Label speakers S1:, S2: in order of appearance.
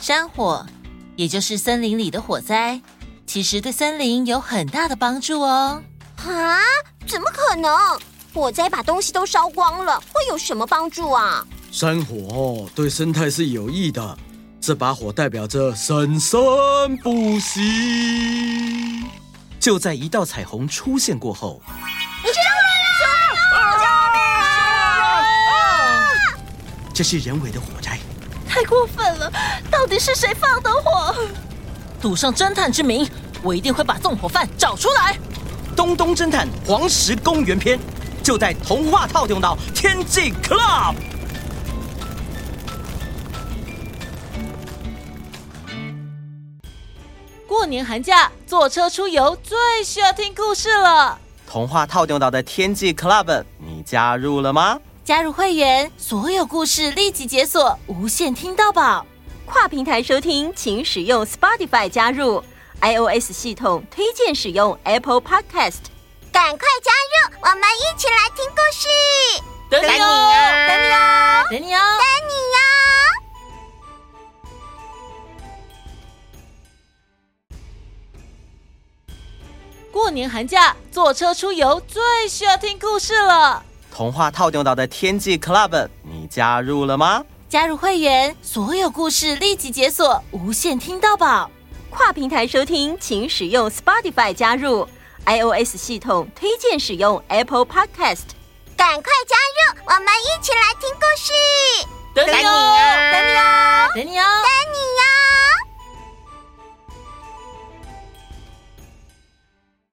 S1: 山火，也就是森林里的火灾，其实对森林有很大的帮助哦。
S2: 啊？怎么可能？火灾把东西都烧光了，会有什么帮助啊？
S3: 山火哦对生态是有益的，这把火代表着生生不息。
S4: 就在一道彩虹出现过后，这是人为的火灾，
S5: 太过分了！到底是谁放的火？
S1: 赌上侦探之名，我一定会把纵火犯找出来。
S4: 《东东侦探黄石公园篇》就在童话套用到天际 Club。
S5: 过年寒假坐车出游最需要听故事了。
S4: 童话套用到的天际 Club，你加入了吗？
S1: 加入会员，所有故事立即解锁，无限听到宝。
S6: 跨平台收听，请使用 Spotify 加入 iOS 系统，推荐使用 Apple Podcast。
S2: 赶快加入，我们一起来听故事，
S1: 等你哦，等你哦，等你哦。
S2: 等你哟。
S5: 过年寒假坐车出游最需要听故事了。
S4: 童话套用到的天际 Club，你加入了吗？
S1: 加入会员，所有故事立即解锁，无限听到宝。
S6: 跨平台收听，请使用 Spotify 加入 iOS 系统，推荐使用 Apple Podcast。
S2: 赶快加入，我们一起来听故事，啊
S5: 等你哦，等你哦，
S1: 等你哦。
S2: 等你哟。